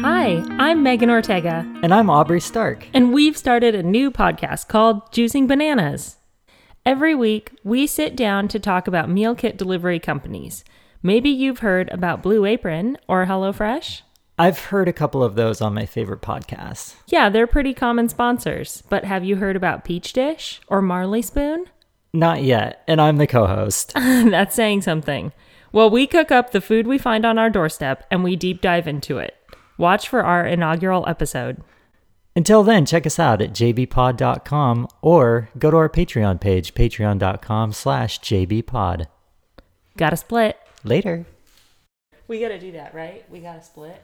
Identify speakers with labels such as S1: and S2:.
S1: Hi, I'm Megan Ortega,
S2: And I'm Aubrey Stark.
S1: and we've started a new podcast called Juicing Bananas. Every week, we sit down to talk about meal kit delivery companies. Maybe you've heard about Blue Apron or HelloFresh.
S2: I've heard a couple of those on my favorite podcasts.
S1: Yeah, they're pretty common sponsors, but have you heard about Peach Dish or Marley Spoon?
S2: Not yet, and I'm the co host.
S1: That's saying something. Well, we cook up the food we find on our doorstep and we deep dive into it. Watch for our inaugural episode.
S2: Until then, check us out at jbpod.com or go to our Patreon page, patreon.com slash jbpod.
S1: Gotta split.
S2: Later.
S1: We gotta do that, right? We gotta split.